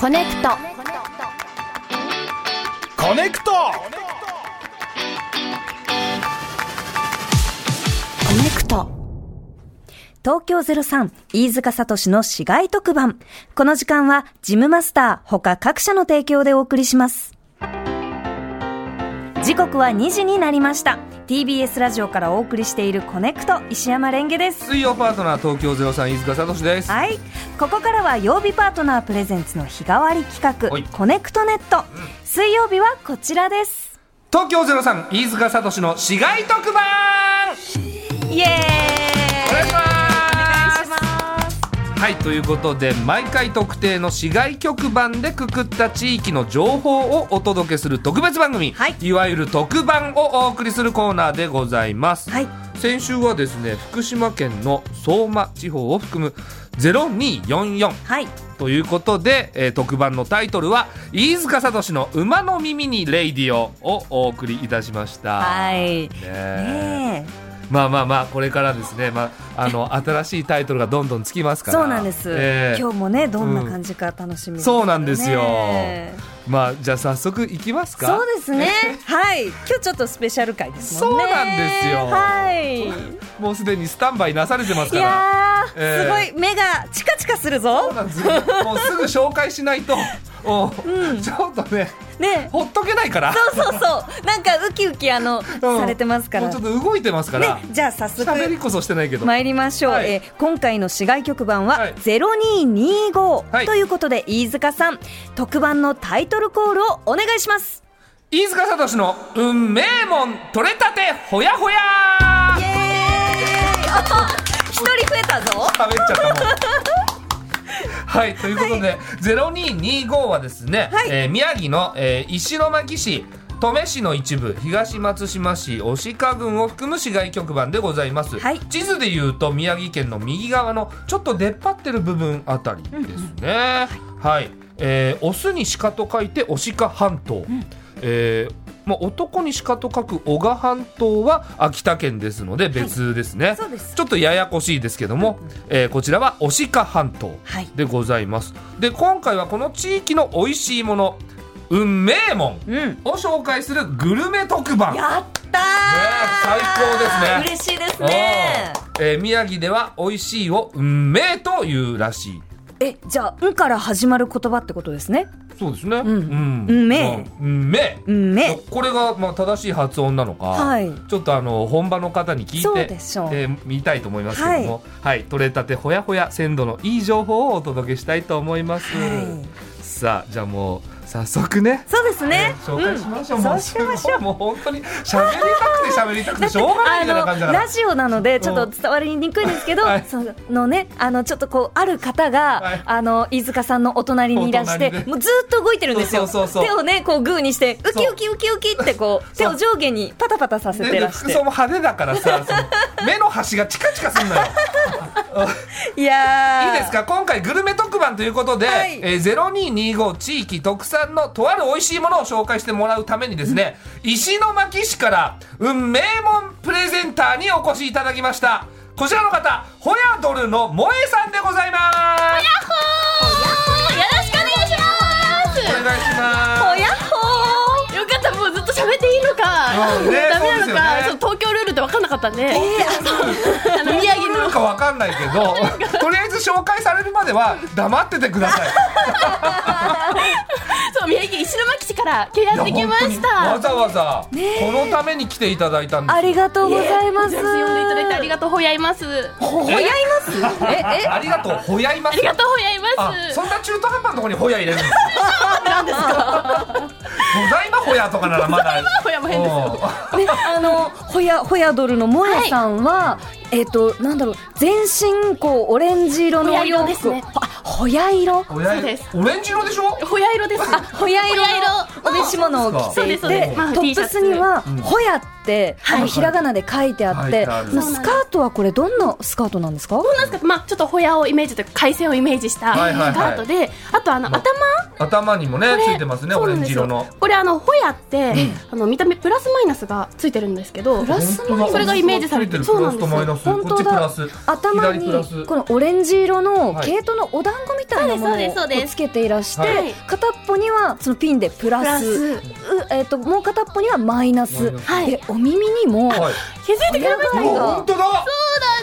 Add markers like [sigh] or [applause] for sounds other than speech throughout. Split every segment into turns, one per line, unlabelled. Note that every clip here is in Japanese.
コネクト
コネクト
コネクト
東京03飯塚聡の市街特番。この時間はジムマスター他各社の提供でお送りします。時刻は2時になりました。TBS ラジオからお送りしているコネクト石山レンゲです。
水曜パートナー東京03飯塚聡です
はい、ここからは曜日パートナープレゼンツの日替わり企画
はい
コネクトネット。水曜日はこちらです。
東京03飯塚聡の市街特番
イエーイ。
お願いします
お願いします。
はいということで毎回特定の市街局番でくくった地域の情報をお届けする特別番組、
はい
わゆる特番をお送りするコーナーでございます、
はい
先週はですね福島県の相馬地方を含む0244
はい。
ということで、えー特番のタイトルは「飯塚聡の馬の耳にレイディオ」をお送りいたしました。
はい。
ねえ
ねえ。
まあまあまあこれからですね、まあ、あの新しいタイトルがどんどんつきますから
そうなんです、
ええ
今日もねどんな感じか楽しみ、ね
そうなんですよまあじゃあ早速いきますか
そうですねはい今日ちょっとスペシャル回ですもんね
そうなんですよ
はい
もうすでにスタンバイなされてます
い
から
やー、
ええ
すごい目がチカチカする
そう
ぞ
なんですもうすぐ紹介しないとおちょっとね
ね
ほっとけないから
そうそうそうなんかウキウキあの、
うん
されてますから
もうちょ
ね
っと動いてますから、
じゃあ早速
喋りこそしてないけど、
参りましょう、
はい
えー今回の市外局番は
はい
0225、
はい
ということで飯塚さん特番のタイトルコールをお願いします
飯塚聡の運命門取れたてほやほや
イエーイあ一人増え
[laughs]
たぞ
食べちゃったもんはいということで、0225はですね、
はい
えー宮城の、えー石巻市登米市の一部東松島市押鹿郡を含む市街局番でございます、
はい
地図でいうと宮城県の右側のちょっと出っ張ってる部分あたりですね、はい、えー、オスに鹿と書いて押鹿半島、えーまあ、男に鹿と書く男鹿半島は秋田県ですので別ですね、
そうです
ちょっとややこしいですけども、えーこちらは押鹿半島
はい
でございます。で今回はこの地域の美味しいもの運命門
うん
を紹介するグルメ特番。
やったー、
最高ですね
嬉しいですね
うんえー宮城では美味しいを運命というらしい。
えじゃあ「ん」から始まる言葉ってことですね
そうですね。うん
運命
運命。
「んめ
これがまあ正しい発音なのか、
はい
ちょっとあの本場の方に聞
そう
いて
でしょう
えー見たいと思いますけども、はい、取れたてほやほや鮮度のいい情報をお届けしたいと思います。
はい
さあじゃあもう早速ね。
そうですね、
紹介しましょう、
うん
もう
そうしましょう
すごいもう本当に喋りたくて喋りたくてしょうがないみたいな感じだ
あの
から
ラジオ [laughs] なのでちょっと伝わりにくいんですけど、
はい
そのねあのちょっとこうある方が、
はい
あの飯塚さんのお隣にいらして
お隣で
もうずっと動いてるんですよ
そうそうそうそう
手をねこうグーにしてウキウキウキウキってこう手を上下にパタパタさせ
で
て
で
らし
服
て
装も派手だからさその目の端がチカチカす
[laughs]
んのよ
いやー
いいですか今回グルメ特番ということで、
はい
えー0225地域特産のとある美味しいものを紹介してもらうためにですね、石巻市から運名門プレゼンターにお越しいただきましたこちらの方ホヤドルの萌えさんでございます
よろしくお願いします
お願いし
お
ます
やっほー
よかったもうずっと喋っていいの
う
か、
んね
ダメな
そうですよ
の
ね
か、そう東京ルールって分かんなかったんで
[laughs]
あの宮城
な
の
んかわかんないけどとりあえず紹介されるまでは黙っててください
そう宮城石巻市から来やってきまし
いや
た
本当にわざわざ、このために来ていただいたんです
ありがとうございます。
呼んでいただいてありがとうほやいますあ
ほやいます。え、え、
ありがとうほやいます
りがとうほやい
あ
ま、す
そんな中途半端なところにホヤ入れるん
[laughs]
ですか。ございまホヤとかならまだ。
ほやも変ですよ
ね、あの、ほや、ほやドルのもやさんは、えっ、と、なんだろう、全身こうオレンジ色のお洋服。
ほや色ですね
あ、ほや色。
うん。ホヤ
そうです
オレンジ色でしょ。
ほや色です
ほや色のお召し物を着
そう
て
で
い
すそうです
て、
まあ
ト
T
ッ
シャ
プ
ツ
スには、ほやっって、あのひらがなで書いてあっ
書い
て、
てある
もうスカートはこれどんなスカートなんですか？
なんですか、まあ、ちょっとホヤをイメージというか海鮮をイメージした
はいはいはい
スカートで、あとあの
ま
頭
頭にもね
これ
ついてますね
そ
オ
う
レ
なん
ン
で
ジ
すよ
色の
これあのホヤって、あの見た目プラスマイナスがついてるんですけど
プラスマイナス
それがイメージされてる
プラス
そう
とマイ
な
ナ
んで
ス
すよ
こっちプラス
頭
左
に
プラス
このオレンジ色の
はい
毛糸のお団子みたいなもの
そうで
を
すそうですそうです
つけていらして、
はい
片っぽにはそのピンでプ
プ
ラ
ラ
ス、
ス
うえっ、ともう片っぽにはマイナ
マ
ス。
イナス
はい
でお耳にも
はい
気づいてくれました
は
う
い
わ本当だ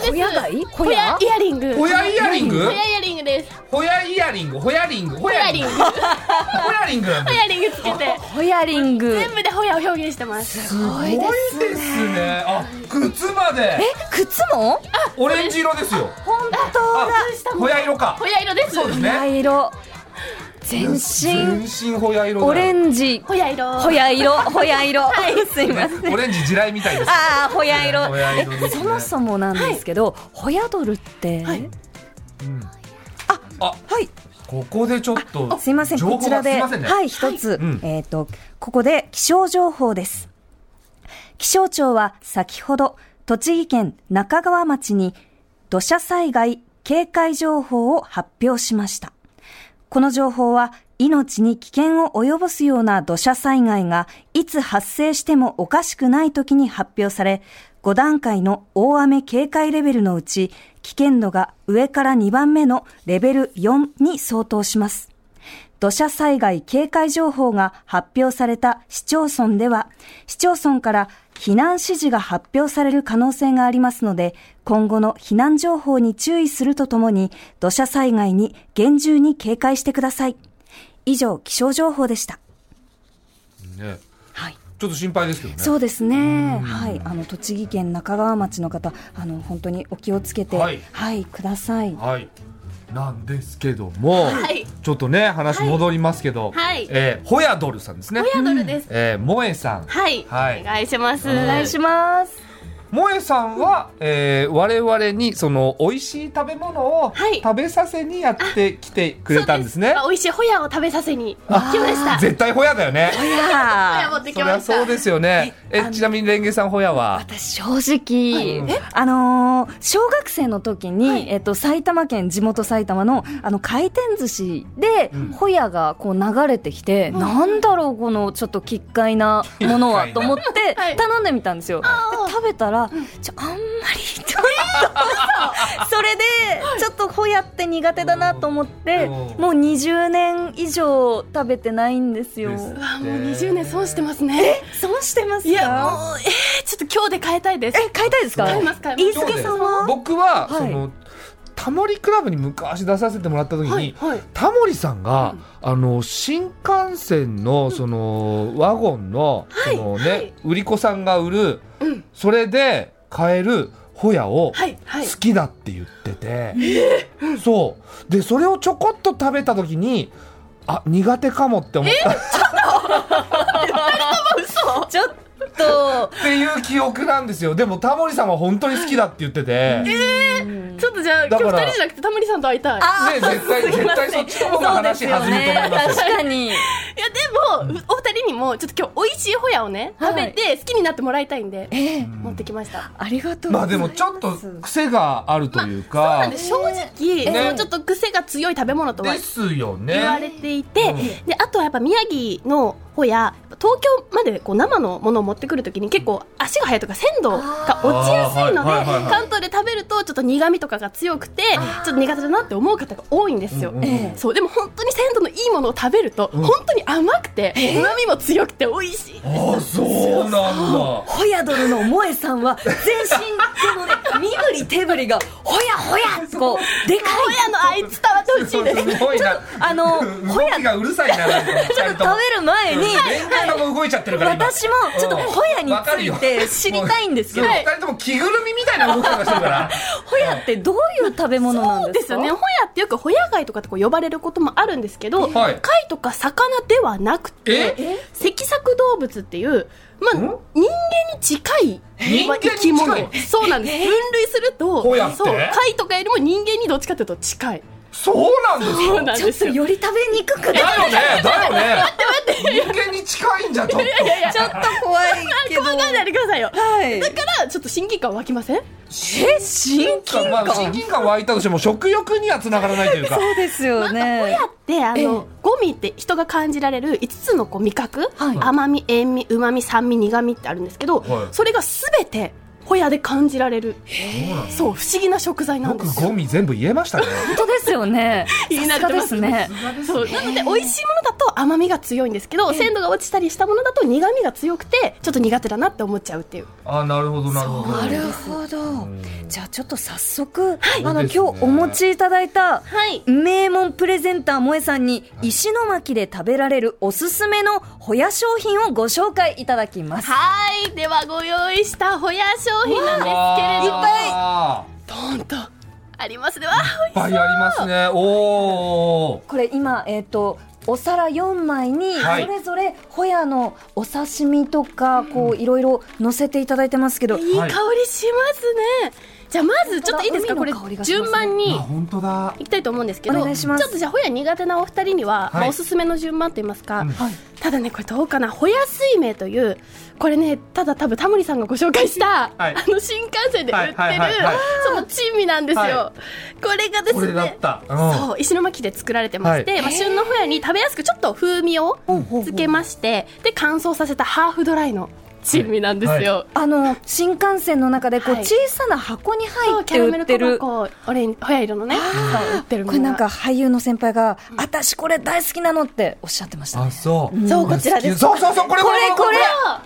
小屋貝？小
ホヤ
屋
イ？ヤリング
ホヤイヤリング
ホヤイヤリングです
ホヤイヤリングホヤリングホ
ホヤリング
ホ
ホ
ヤリングなんだ
ヤリングつけて
ホヤリング。
全部でホヤを表現してます
すごいですねあ靴まで
え靴も？
オレンジ色ですよ
本当
あ
だ。
ホヤ色か
ホヤ色です
そうですね
ホヤ色。全身
全身ホヤ色だ
オレンジ。
ホヤ色
ほや色、ほや色。すいません。
オレンジ地雷みたいです
ああ、ほや色。
ホヤ色ですね
えそもそもなんですけど、ほやドルって。
はい
うん
はい
ここでちょっと
すいません、
情報
こ
が
ちら
す
で、
いませんね
はい、一つ、
うん
えっ、と、ここで気象情報です。気象庁は先ほど、栃木県中川町に土砂災害警戒情報を発表しました。この情報は、命に危険を及ぼすような土砂災害がいつ発生してもおかしくない時に発表され、5段階の大雨警戒レベルのうち、危険度が上から2番目のレベル4に相当します。土砂災害警戒情報が発表された市町村では、市町村から避難指示が発表される可能性がありますので、今後の避難情報に注意するとともに、土砂災害に厳重に警戒してください。以上、気象情報でした。
ね
はい。
ちょっと心配ですけどね
そうですね。はい。あの、栃木県中川町の方、あの、本当にお気をつけて、
は
はいい、ください。
はいなんですけども、
はい
ちょっとね話戻りますけど、
はい
えーホヤドルさんですね
ホヤドルです
えー、萌えさん
はい
はい
お願いします
お願い
します。
萌えさんは、えー、我々にその美味しい食べ物を
はい
食べさせにやってきてくれたんですね、
そう美味しいホヤを食べさせに来ましたホ
絶対ホヤだよね
い
ヤ
や
持ってき
そり
ま
ゃ
した
そうですよねえちなみにレンゲさんホヤは
私正直、
はいえ
あのー小学生の時に、えっと、埼玉県地元埼玉のあの回転寿司で、
うん
ホヤがこう流れてきて、なんだろうこのちょっと奇怪な
[laughs]
ものは
奇怪な
と思って
はい
頼んでみたんですよ、
あー
で食べたらちょあんまりちょっ
[laughs]
とそれでちょっとホヤって苦手だなと思って
うん
もう20年以上食べてないんですよ
です
うわもう20年損してますね
損してますか
いやもうえー、ちょっと今日で変えたいです
え買いたいですか
買います買いま
飯
す
助さんは
僕は、
はい
そのタモリクラブに昔出させてもらった時に、
はいはい
タモリさんが、あの新幹線のそのワゴンの,、
はい
そのね
はい
売り子さんが売る
うん
それで買えるホヤを
はいはい
好きだって言ってて、そうでそれをちょこっと食べた時にあ苦手かもって思ったっ
ちょっと、
ていう記憶なんですよでもタモリさんは本当に好きだって言ってて、ね
ちょっとじゃあ
だ
今
か
日
ら
二人じゃなくてタモリさんと会いたい
あ
絶対絶対そっちの方が話弾むと思いますよ
確かに。
いやでもお二人にもちょっと今日美味しいホヤをね
は
食
い
べて好きになってもらいたいんで
ええ、
持ってきました
ありがとうご
ま
ざ
あ
います。
でもちょっと癖があるというか、
なんで正直、
ね
そのちょっと癖が強い食べ物とは
ですよね
言われていて、
うん
であとはやっぱ宮城の方や東京までこう生のものを持ってくるときに結構足が速いとか鮮度が落ちやすいの
あーはいはいはいは
で
い
関東で食べるとちょっと苦味とかが強くてちょっと苦手だなって思う方が多いんですよ。
うんうんうん
ええ
そうでも本当に鮮度のいいものを食べると、
うん
本当に甘くて旨味も強くて美味しい
ああそうなんだ
ホヤドルの萌えさんは全身でもね身振り手振りがホヤホヤって [laughs] こうでか
ホヤの愛伝わってほしいです
すごいな。
いあの食
動きがうるさいな。なんか二人
べ
とも
る前に
連携の動いちゃってるから今。
私も [laughs] ちょっとホヤについて知りたいんですけど
わかるよもう二人とも着ぐるみみたいな動きとかしてるから。
ホヤってどういう食べ物なんで
ですす
か
よねホヤってよくホヤ貝とかってこう呼ばれることもあるんですけど、
はい
貝とか魚ではなくて
え
脊索動物っていう、まあ、
ん
人間に近い
人間に近い
生き物そうなんです分類すると
ホヤって
そう貝とかよりも人間にどっちかというと近い
そうなんです
そう
か
なん
ちょ
で
っ
す
と
よ。
より食べにくく
だ
なる
よねだよね人間に近いんじゃちょっと
ちょっと怖いけど
考えないでくださいよ。
はい
だからちょっと親近感湧きません？
え親近
まあ、親
感
近感湧いたとしても食欲にはつながらないというか
そうですよね
であ
ええ
のゴミって人が感じられる5つのこう味覚、
はい
甘み塩味うまみ酸味苦みってあるんですけど、
はい
それがすべてホヤで感じられるそう不思議な食材な
よ
んで
く
す
ゴ
よ。
ミ全部言えましたね
本当ですよ [laughs] ね
言い慣
さ
れ
す
てま
が
す
ですね
そうなので美味しいものだと甘みが強いんですけど鮮度が落ちたりしたものだと苦みが強くてちょっと苦手だなって思っちゃうっていう
あなるほどなるほど
なるほどじゃあちょっと早速、
そう
あの今
で
日
すね
お持ちいただいた
はい
名門プレゼンター萌えさんに石巻で食べられるおすすめのホヤ商品をご紹介いただきます
はいではご用意したホヤ商品なんですけれども
ぱ
どんとありますでは美味
いいっぱいありますねおお
これ今えっ、とお皿4枚に
はい
それぞれホヤのお刺身とかこういろいろ乗せていただいてますけど、
いい香りしますね。じゃあまずちょっといいですか
本当
これ
だ海の香りがしますね
順番に
本当だ
いきたいと思うんですけど
お
ち
願いします
ょっとじゃあホヤ苦手なお二人に
は
は、
い
まあおすすめの順番といいますか、
うん
はい、
ただねこれどうかなホヤ水明というこれねただ多分タモリさんがご紹介した、
はい
あの新幹線で売ってる、
はいはいはいはい
その珍味なんですよ、
は
これがで
こ
す
れだっ
ね
たうん
そう石巻で作られてまして、
は
まあ、旬のホヤに食べやすくちょっと風味を
ほうほうほう
つけましてで乾燥させたハーフドライの珍味なんですよ、
はいは
あの新幹線の中でこう
はい
小さな箱に
そ
入
う
っ
キャ
て
ラメ
売っ
ル
てる、
粉がこうオレンジホヤ色のねそう売ってるも
こ
の
れ
が
なんか俳優の先輩が「私これ大好きなの」っておっしゃってました
あ
ね
そう
そうこちらです
そうそうそうこれ
これこれ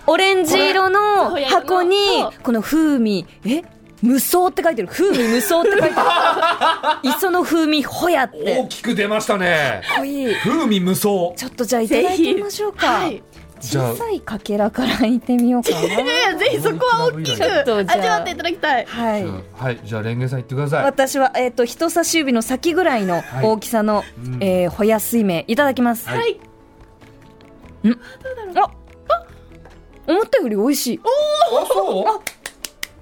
オレンジ色の
これ
箱に
そう
この風味え無双って書いてる風味無双って書いて [laughs] る磯の風味ほやって
大きく出ましたね
かっこいい
風味無双
ちょっとじゃあいただいてみましょうか、
はい
じゃあ
小さいかけらからいってみよう [laughs] か
いやいやぜひそこは大き
ち
く
ょっとじゃあ
味わっていただきたい
なはい
はいじゃあレンゲさん言ってください
私は、えっと人差し指の先ぐらいの大きさの、
うん
えーほや水明いただきます、
は
はい
あ思ったより美味しい
あそう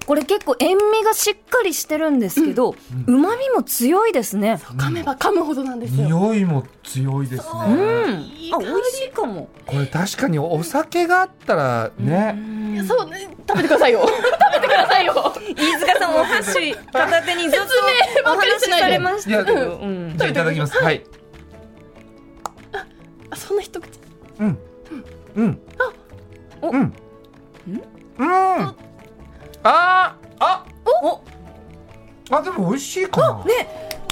これ結構塩味がしっかりしてるんですけどうま、みも強いですね
噛めば噛むほどなんですよ
匂いも強いです
う
ね
ん
いい
あ
香
美
り
味しいかも
これ確かにお酒があったらね
そうね食べてください [laughs] よ食べてくださいよ
飯塚さんお箸 [laughs] 片手にずっ
説明
と
ば
お
っかり
話
し
し
ないで
されましたけど、うん
じゃあいただきますはい
あそんな一口
うんうん
あお
うんうんあーあ
お
あでも美味しいかな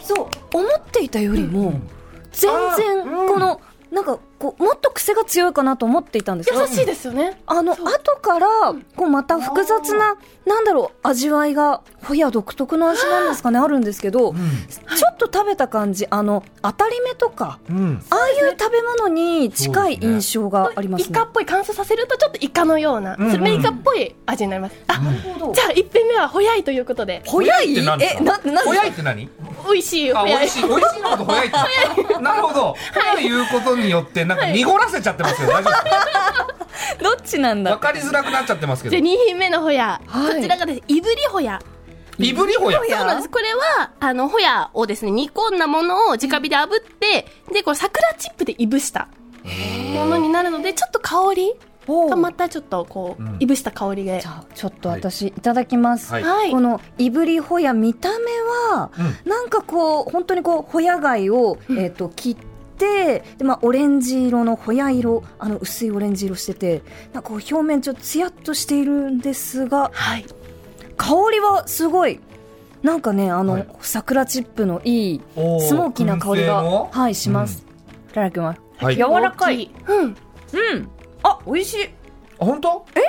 そう思っていたよりも全然
あうん
このなんかこうもっと癖が強いかなと思っていたんです
優
が
しいですよね
あの
そう
後からこうまた複雑ななんだろう味わいがホヤ独特の味なんですかねあるんですけど
う
ちょっと食べた感じあの当たり目とか
んうん
ああいう食べ物に近い印象があります
イ
ね
カ。っぽい乾燥させるとちょっとイカのような
うんうん
スルメイカっぽい味になりますあ
なるほど
じゃあ一品目はホヤイということで
ほやい
って何ですか
え、な、な、
おやいって何
美味しい
あ、
ホ
美
ヤイ
味しい、美味しいのこと早いって。なるほど。ということによって、なんか濁らせちゃってますよ。大丈夫です
どっちなん
か。わ
だ
かりづらくなっちゃってますけ
じゃあ
ど。
二品目のホヤ
はい
こちらがですいぶりホヤ
いぶりほや。
そうなんです。これは、あの、ホヤをですね、煮込んだものを直火で炙って、で、これ桜チップでいぶしたものになるので、ちょっと香り
お
が
う
またちょっとこう、
うん
いぶした香りで
じ。ゃあちょっと私いただきます、
はい
はい
こ。のいぶりホヤ見た目は
うん
なんかこう本当にこうホヤ貝を、えっと切ってで、まあ、オレンジ色のホヤ色あの薄いオレンジ色しててなんかこう表面ちょっとツヤっとしているんですが
はい。
香りはすごいなんかねあの、
はい
桜チップのいい
おー
スモーキーな香
燻
り
製
が
の
はいします、いただきます
はい。
柔らかい。
う
う
ん。
んあ美味しい
あ本当？え？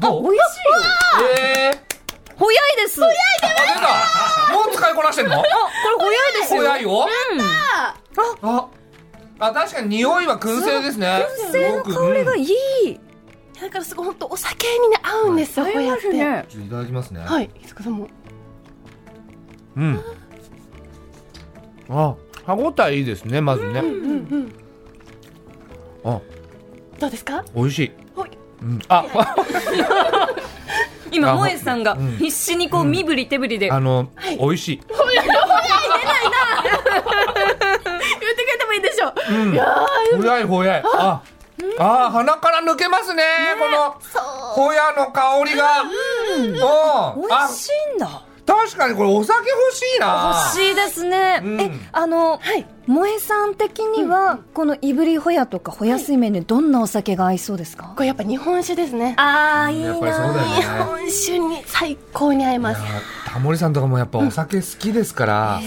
あ
どう？
美味しいよ
えー。
ホヤいです
あ出た。もう使いこなしてんの？
あこれホヤいですよ
おやいを。
うん
あ、あ確かに匂いは燻製ですね。
燻製の香りがい
い。
い。
だからすごい、本当お酒にね、合うんですよ、ホヤって。
ね。
ちょっといただきますね。。
はいい。いつかさんも。
うん。あ、歯ごたえいいですね。まずね。
うんうん。
あ、
どうですか
美味しい。
ほい。
うん。あ、
今
あ
萌えさんが
うん
必死にこう身振り手振りで。
あの
はい
美味しい。
ホヤ、ホヤ出ないな言ってくれてもいいでしょう。
うん、ほやいほやいああー鼻から抜けますねこのほやの香りがうん
美
あ
味しいんだ
確かにこれお酒欲しいな
欲しいですね、
うん
えあの、
はい
萌えさん的には、このいぶりほやとかほや水麺にどんなお酒が合いそうですか、
これやっぱ日本酒ですね。
あーいい
やっぱりそうだよ
な
ね
日本酒に最高に合い
い
ま
や
す。
タモリさんとかもやっぱお酒好きですから、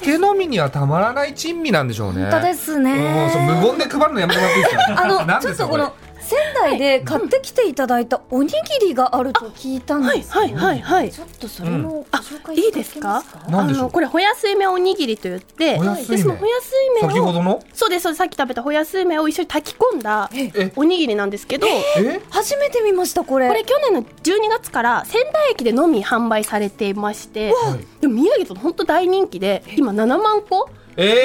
酒飲みにはたまらない珍味なんでしょうね
本当です
うん
ね
そう無言で配るのやめてもらっていいですか
あの
何
ちょ
で
っ
すか
とこ
れ
の仙台で買ってきていただいたおにぎりがあると聞いたん
は
で
い
す、
はいはいはい
ち。ょっとそれもご紹介
うんあ
いただけますか,、
いいです
な
あ
んでしょう
のこれホヤスイメおにぎりと言って、
ホヤ
で
スイメ
そのホヤスイメを
先ほどの
そうですそうですさっき食べたホヤスイメを一緒に炊き込んだ
え
おにぎりなんですけど、
え
初めて見ましたこれ
これ去年の12月から仙台駅でのみ販売されていまして、
はい
でも宮城と本当大人気で今7万個売れてるん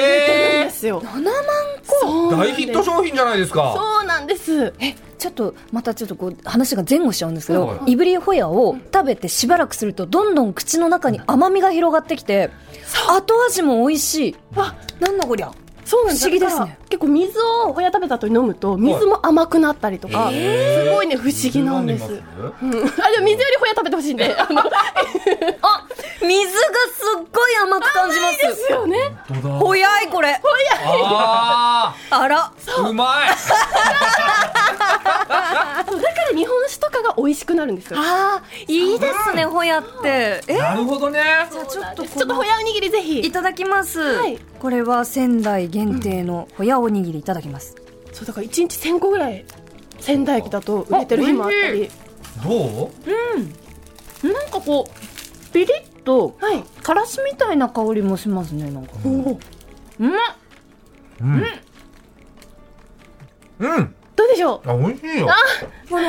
え
ですよ。
7万
そうなん
大
です
ヒット商品じゃないですか
そうなんです。
えちょっとまたちょっとこう話が前後しちゃうんですけど、
はい
い、ぶりホヤを食べてしばらくするとどんどん口の中に甘みが広がってきて後味も美味しい
あ
なんだこりゃ
そうなんです
不思議ですね
だから結構水をホヤ食べた後に飲むと水も甘くなったりとか、
えー
すごいね不思議なんです。
飲んます
うん、あでも水よりホヤ食べてほしいんで、あの
あ水がすっごい甘く感じます
ですよね。
本当だ
ほやいこれ
あ
あら
ーうまい
そうだから日本酒とかが美味しくなるんですよ。
あーいいですねほやってえ
なるほどね
じゃあちょっと
ち
こ
ょっとホ
の
ヤおにぎりぜ
い
ひ。
ただきます、
はい
これは仙台限定のほやおにぎりいただきます
そうだから一日1000個ぐらい仙台駅だと売れてる日もあった
あ美
り、
どう
なんかこうピリッと
はい。
からしみたいな香りもしますねなんか
おー
うん
うんうん
どうでしょう。
あ美味しいよ
この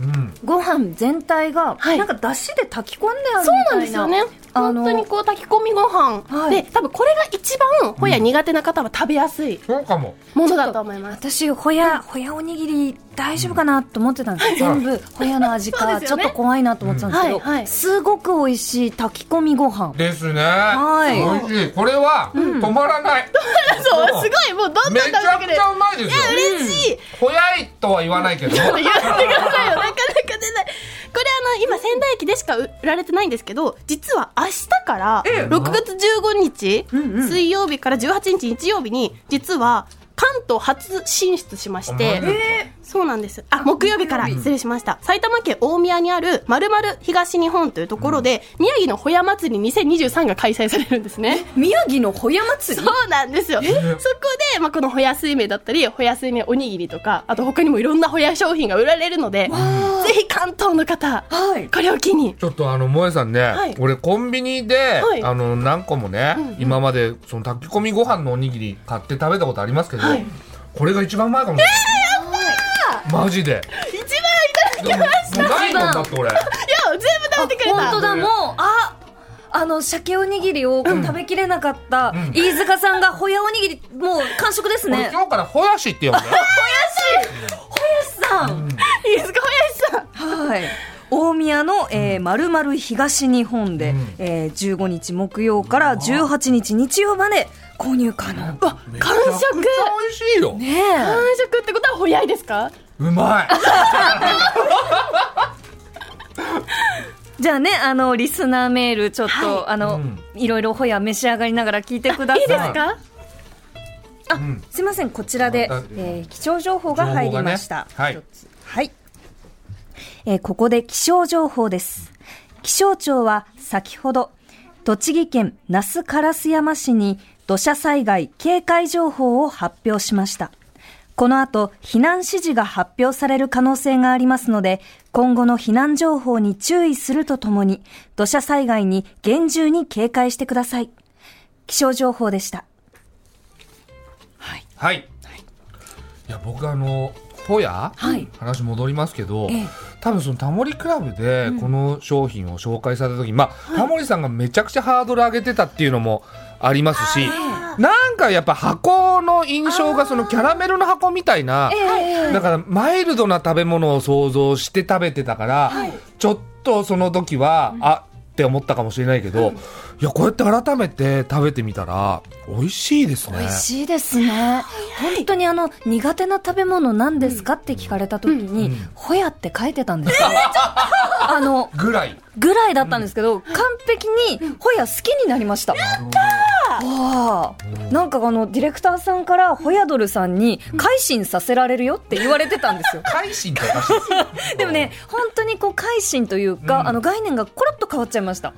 うん
ご飯全体が
はい
なんか出汁で炊き込んであるみたいな、
そうなんですよね。
あの
本当にこう炊き込みご飯、
はい
で多分これが一番ホヤ苦手な方は食べやすい
そうかも
ものだと思います。
私ほやほやおにぎり大丈夫かなと思ってたんですよ、
うん
全部ほやの味
[laughs] そう
か、
で
ち
す
ょ
よ
っ
ね
と怖いなと思ってたんですけど、
うんはいはい
すごく美味しい炊き込みご飯
ですね
はい
美味しいこれは止まらない
そう
もう
すごいもうどんどん
めち
食べて
ゃく
くれ
ち
る。
ゃうまいですよ
嬉しい。
ほやいとは言わないけど
ちょっと言ってくださいよなかなか出ないこれあの今仙台駅でしか売られてないんですけど実は明日から6月15日、水曜日から18日日曜日に実は関東初進出しまして、そうなんですあ木曜日から失礼しました埼玉県大宮にあるまるまる東日本というところで、宮城のホヤ祭り2023が開催されるんですね
宮城のほや祭り
そうなんですよ。そこで、まあ、このホヤ水麺だったり、ホヤ水麺おにぎりとか、あと他にもいろんなホヤ商品が売られるので、ぜひ関東の方、
はい
これを機に。
ちょっとあの萌えさんね、
はい
俺コンビニで、
はい
あの何個もね、今までその炊き込みご飯のおにぎり買って食べたことありますけど、
はい
これが一番うまいかもしれない、マジで
一番いただき
でもうまいもんだって俺
や全部食べてくれ
本当
た
だもうああの鮭おにぎりを食べきれなかった、
ん
飯塚さんがほやおにぎりもう完食です
俺
ね
今日からほやしって呼んだよ
さん
飯塚ホヤさん。
はい。大宮の、えー、まるまる東日本で、
うん
えー、15日木曜から18日日曜まで購入可能。
わ、完
めちゃく
食
ちゃ美味しいよ、
ねえ。
完食ってことはホヤいですか
うまい
じゃあね、あの、リスナーメール、ちょっと、
は
あの、
うん
いろいろほや召し上がりながら聞いてください。
いいですか
うん
すいません、こちらで
あ、
えー気象情報が入りました。
情報がねはい
一つはいえーここで気象情報です。気象庁は先ほど、栃木県那須烏山市に土砂災害警戒情報を発表しました。この後、避難指示が発表される可能性がありますので、今後の避難情報に注意するとともに、土砂災害に厳重に警戒してください。気象情報でした。
はい、い、や僕あのホヤ、話戻りますけど、多分そのタモリクラブでこの商品を紹介された時、まあ、タモリさんがめちゃくちゃハードル上げてたっていうのもありますしなんかやっぱ箱の印象がそのキャラメルの箱みたいな、だからマイルドな食べ物を想像して食べてたから、ちょっとその時は、あって思ったかもしれないけど、いやこうやって改めて食べてみたら美味しいですね
美味しいですね。本当にあの、苦手な食べ物何ですかって聞かれた時
うん
に
うん、
ホヤって書いてた
[laughs]
んですよ。あの、
ぐらい
ぐらいだったんですけど、完璧にホヤ好きになりました。わあなんかあの、ディレクターさんからホヤドルさんに、改心させられるよって言われてたんですよ。
改心 [laughs] っておかしいですよ
[laughs]
でもね、本当にこう、改心というか、
うん
あの、概念がコロッと変わっちゃいました。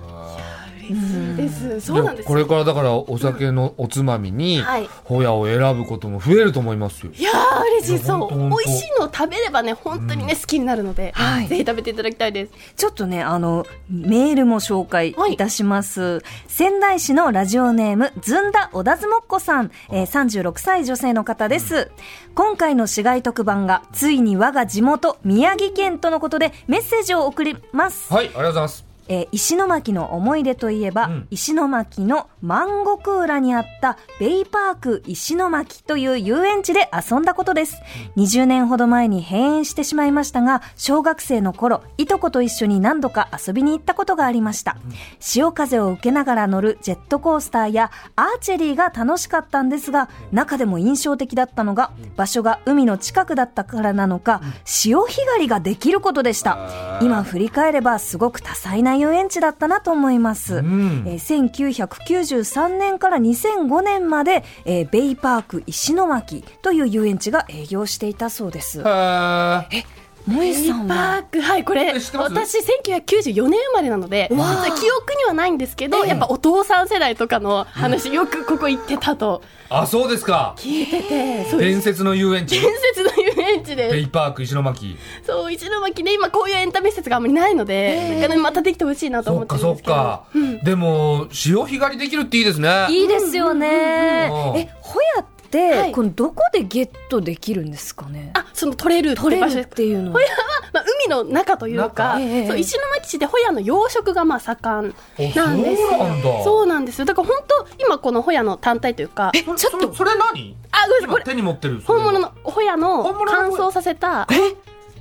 嬉しいです。そうなんですよ。
これからだからお酒のおつまみに
はい
ホヤを選ぶことも増えると思いますよ
いやー嬉しいそう
いやほんとほんと
美味しいのを食べればね本当にね、好きになるので、
はい
ぜひ食べていただきたいです
ちょっとね、あの、メールも紹介いたします。仙台市のラジオネーム、ずんだ小田ずもっこさん、えー36歳女性の方です。今回の市街特番が、ついに我が地元、宮城県とのことで、メッセージを送ります。
はいありがとうございます
えー石巻の思い出といえば、
うん
石巻の万石浦にあったベイパーク石巻という遊園地で遊んだことです。20年ほど前に閉園してしまいましたが、小学生の頃、いとこと一緒に何度か遊びに行ったことがありました。潮風を受けながら乗るジェットコースターやアーチェリーが楽しかったんですが、中でも印象的だったのが、場所が海の近くだったからなのか、潮干狩りができることでした。今振り返ればすごく多彩な遊園地だったなと思います、
ん
えー1993年から2005年まで、えーベイパーク石巻という遊園地が営業していたそうです
へえ
萌え
ベイ
さ
パ
ん
ー
は
クはいこれ
え知ってます
私1994年生まれなので実は記憶にはないんですけどやっぱお父さん世代とかの話よくここ行ってたと
あそうですか
聞いててそういう
伝説の遊園地
伝説の遊園地
ベ
で
イパーク石
[laughs]
巻
そう一巻ね今こういうエンタメ施設があんまりないのでだからまたできてほしいなと
そ
思
っ
っ
か
てるん
そ
で
っ
すけど
か、でも潮干狩りできるっていいですね
いいですよね、
うんうんうん
えホヤって、
はい
このどこでゲットできるんですかね
あその取れるって
取
場
れ
所
るっ
です
ていうの
ホヤは、まあ、海の中というか、
中ええ
そう石巻市でホヤの養殖がまあ盛ん
あ
なんですよ
そうなんだ
そうなんですよだから本当今このホヤの単体というか
えちょっとそれそれ何
あごめんなさいこ
今
れ
手に持ってるそれ
本物のホヤ
本
の
物の
乾燥させた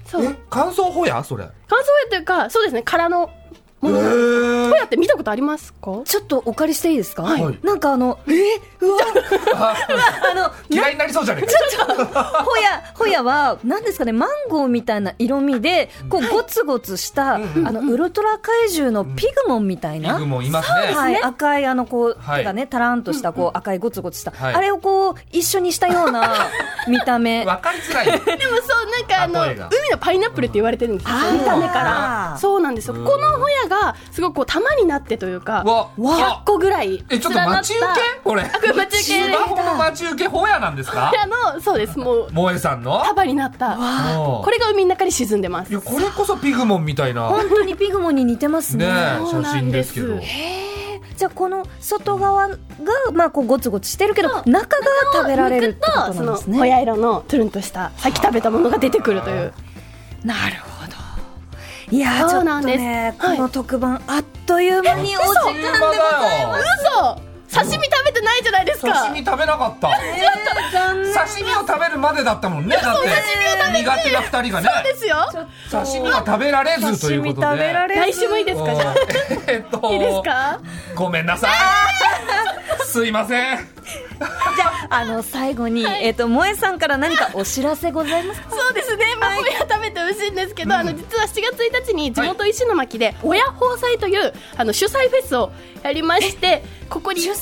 そう
え乾燥ホヤそれへ
乾燥ホヤというかそうですね殻のもの、
え [laughs]
ホヤって見たことありますか
ちょっとお借りしていいですか、
はい
なんかあのえうわあ [laughs] の
嫌いになりそうじゃねえか
ほや、ほやは、なんですかね、マンゴーみたいな色味で、こう、ゴツゴツした、あの、ウルトラ怪獣のピグモンみたい
ピグ
な。
もいますね
はい、赤い、あの、こう、
はい
なんかね、タランとした、こう、赤いゴツゴツした、
はい
あれをこう、一緒にしたような見た目。
わかりづらいよ
でもそうなんかあの
例えが
海のパイナップルって言われてるんですよ
あー
見た目からそうなんですよ
う
こ
ん
のホヤがすごくこう玉になってというか
わ
100個ぐらい
えちょっと待ち受
連な
けこれ
これ待ち受け
スマホの待ち受けホヤなんですか
ホヤのそうですもう
萌えさんの
束になった
こ
これが海の中に沈んでます
いやこれこそピグモンみたいなね
本当にピグモンに似てますね。
え
そ
写
うな
真
ん
で
ですす
けど
じゃあ、この外側が、まあ、こう、ゴツゴツしてるけど、中が食べられるってこと
そ
なん
の
です
ホ
ね。
ヤ色のトゥルンとしたさっき食べたものが出てくるという
なるほど。いやー、ちょ
そう
っ
な
と
んです
ね、
はい
この特番、あっという間にお時間でございます。
嘘刺身食べてないじゃないですか
刺身食べなかった
残念
刺身を食べるまでだったもんねだって苦手な二人がね
ですよ
刺身が食べられずということで
れ
来週もいいですかじゃあ
うんえっと
いいですか
ごめんなさいすいません
じゃああの最後に、えっ、と萌えさんから何かお知らせござい [laughs] ますか
そうですね、まあ、ホヤ食べてほしいんですけど、あの実は7月1日に地元石巻で親放祭というあの主催フェスをやりましてここに
主催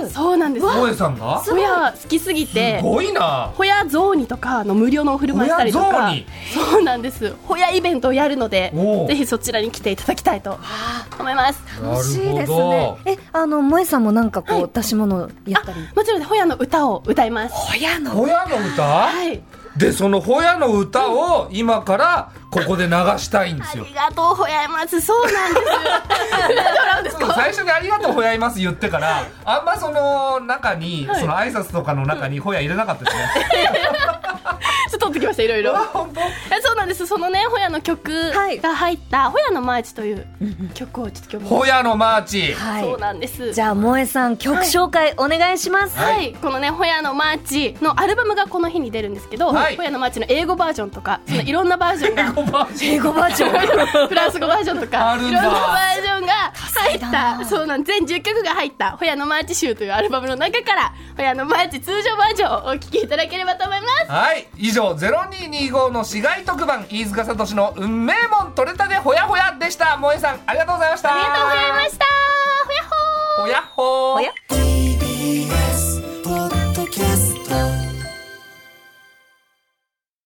フェス
そうなんです
萌えさんがす
ホヤ好きすぎて
ごいな
ホヤ雑煮とかの無料のお振る舞いしたりと
ホヤ
か
雑煮
そうなんですホヤイベントをやるので
おう
ぜひそちらに来ていただきたいと思います
な
楽しい
る
です
ほ
ね
ど
えあの萌えさんもなんかこう、出し物やったり
もちろんホヤの歌を歌います
ほやの
ホヤの歌
はい
でそのホヤの歌を今からここで流したいんで
あ
すよ
りがとうホヤいますそうなん [laughs] です
最初に「ありがとうほやいます」言ってからあんまその中に、その挨拶とかの中にほや入れなかったですね、
ちょっと取ってきましたいろいろ
あ本当
えそうなんですそのねホヤの曲
はい
が入った「ホヤのマーチ」という曲をちょっと今日も
ホヤのマーチ
は
そう
い
なんです
じゃあ萌えさん曲紹介お願いします、
はい
はい、このね「ホヤのマーチ」のアルバムがこの日に出るんですけど「
はい
ホヤのマーチ」の英語バージョンとかそのいろんなバージョンが
マーチ
英語バージョン
フランス語バージョンとか
あるんだ
いろんなバージョンが入ったそうなん全10曲が入った「ホヤのマーチ集」というアルバムの中から「ホヤのマーチ通常バージョン」をお聴きいただければと思います
はい以上0225の市街特番飯塚聡の運命門取れたでほやほやでした萌えさんありがとうございました
ありがとうございましたほやっほー
ほやっほー
おや
TBS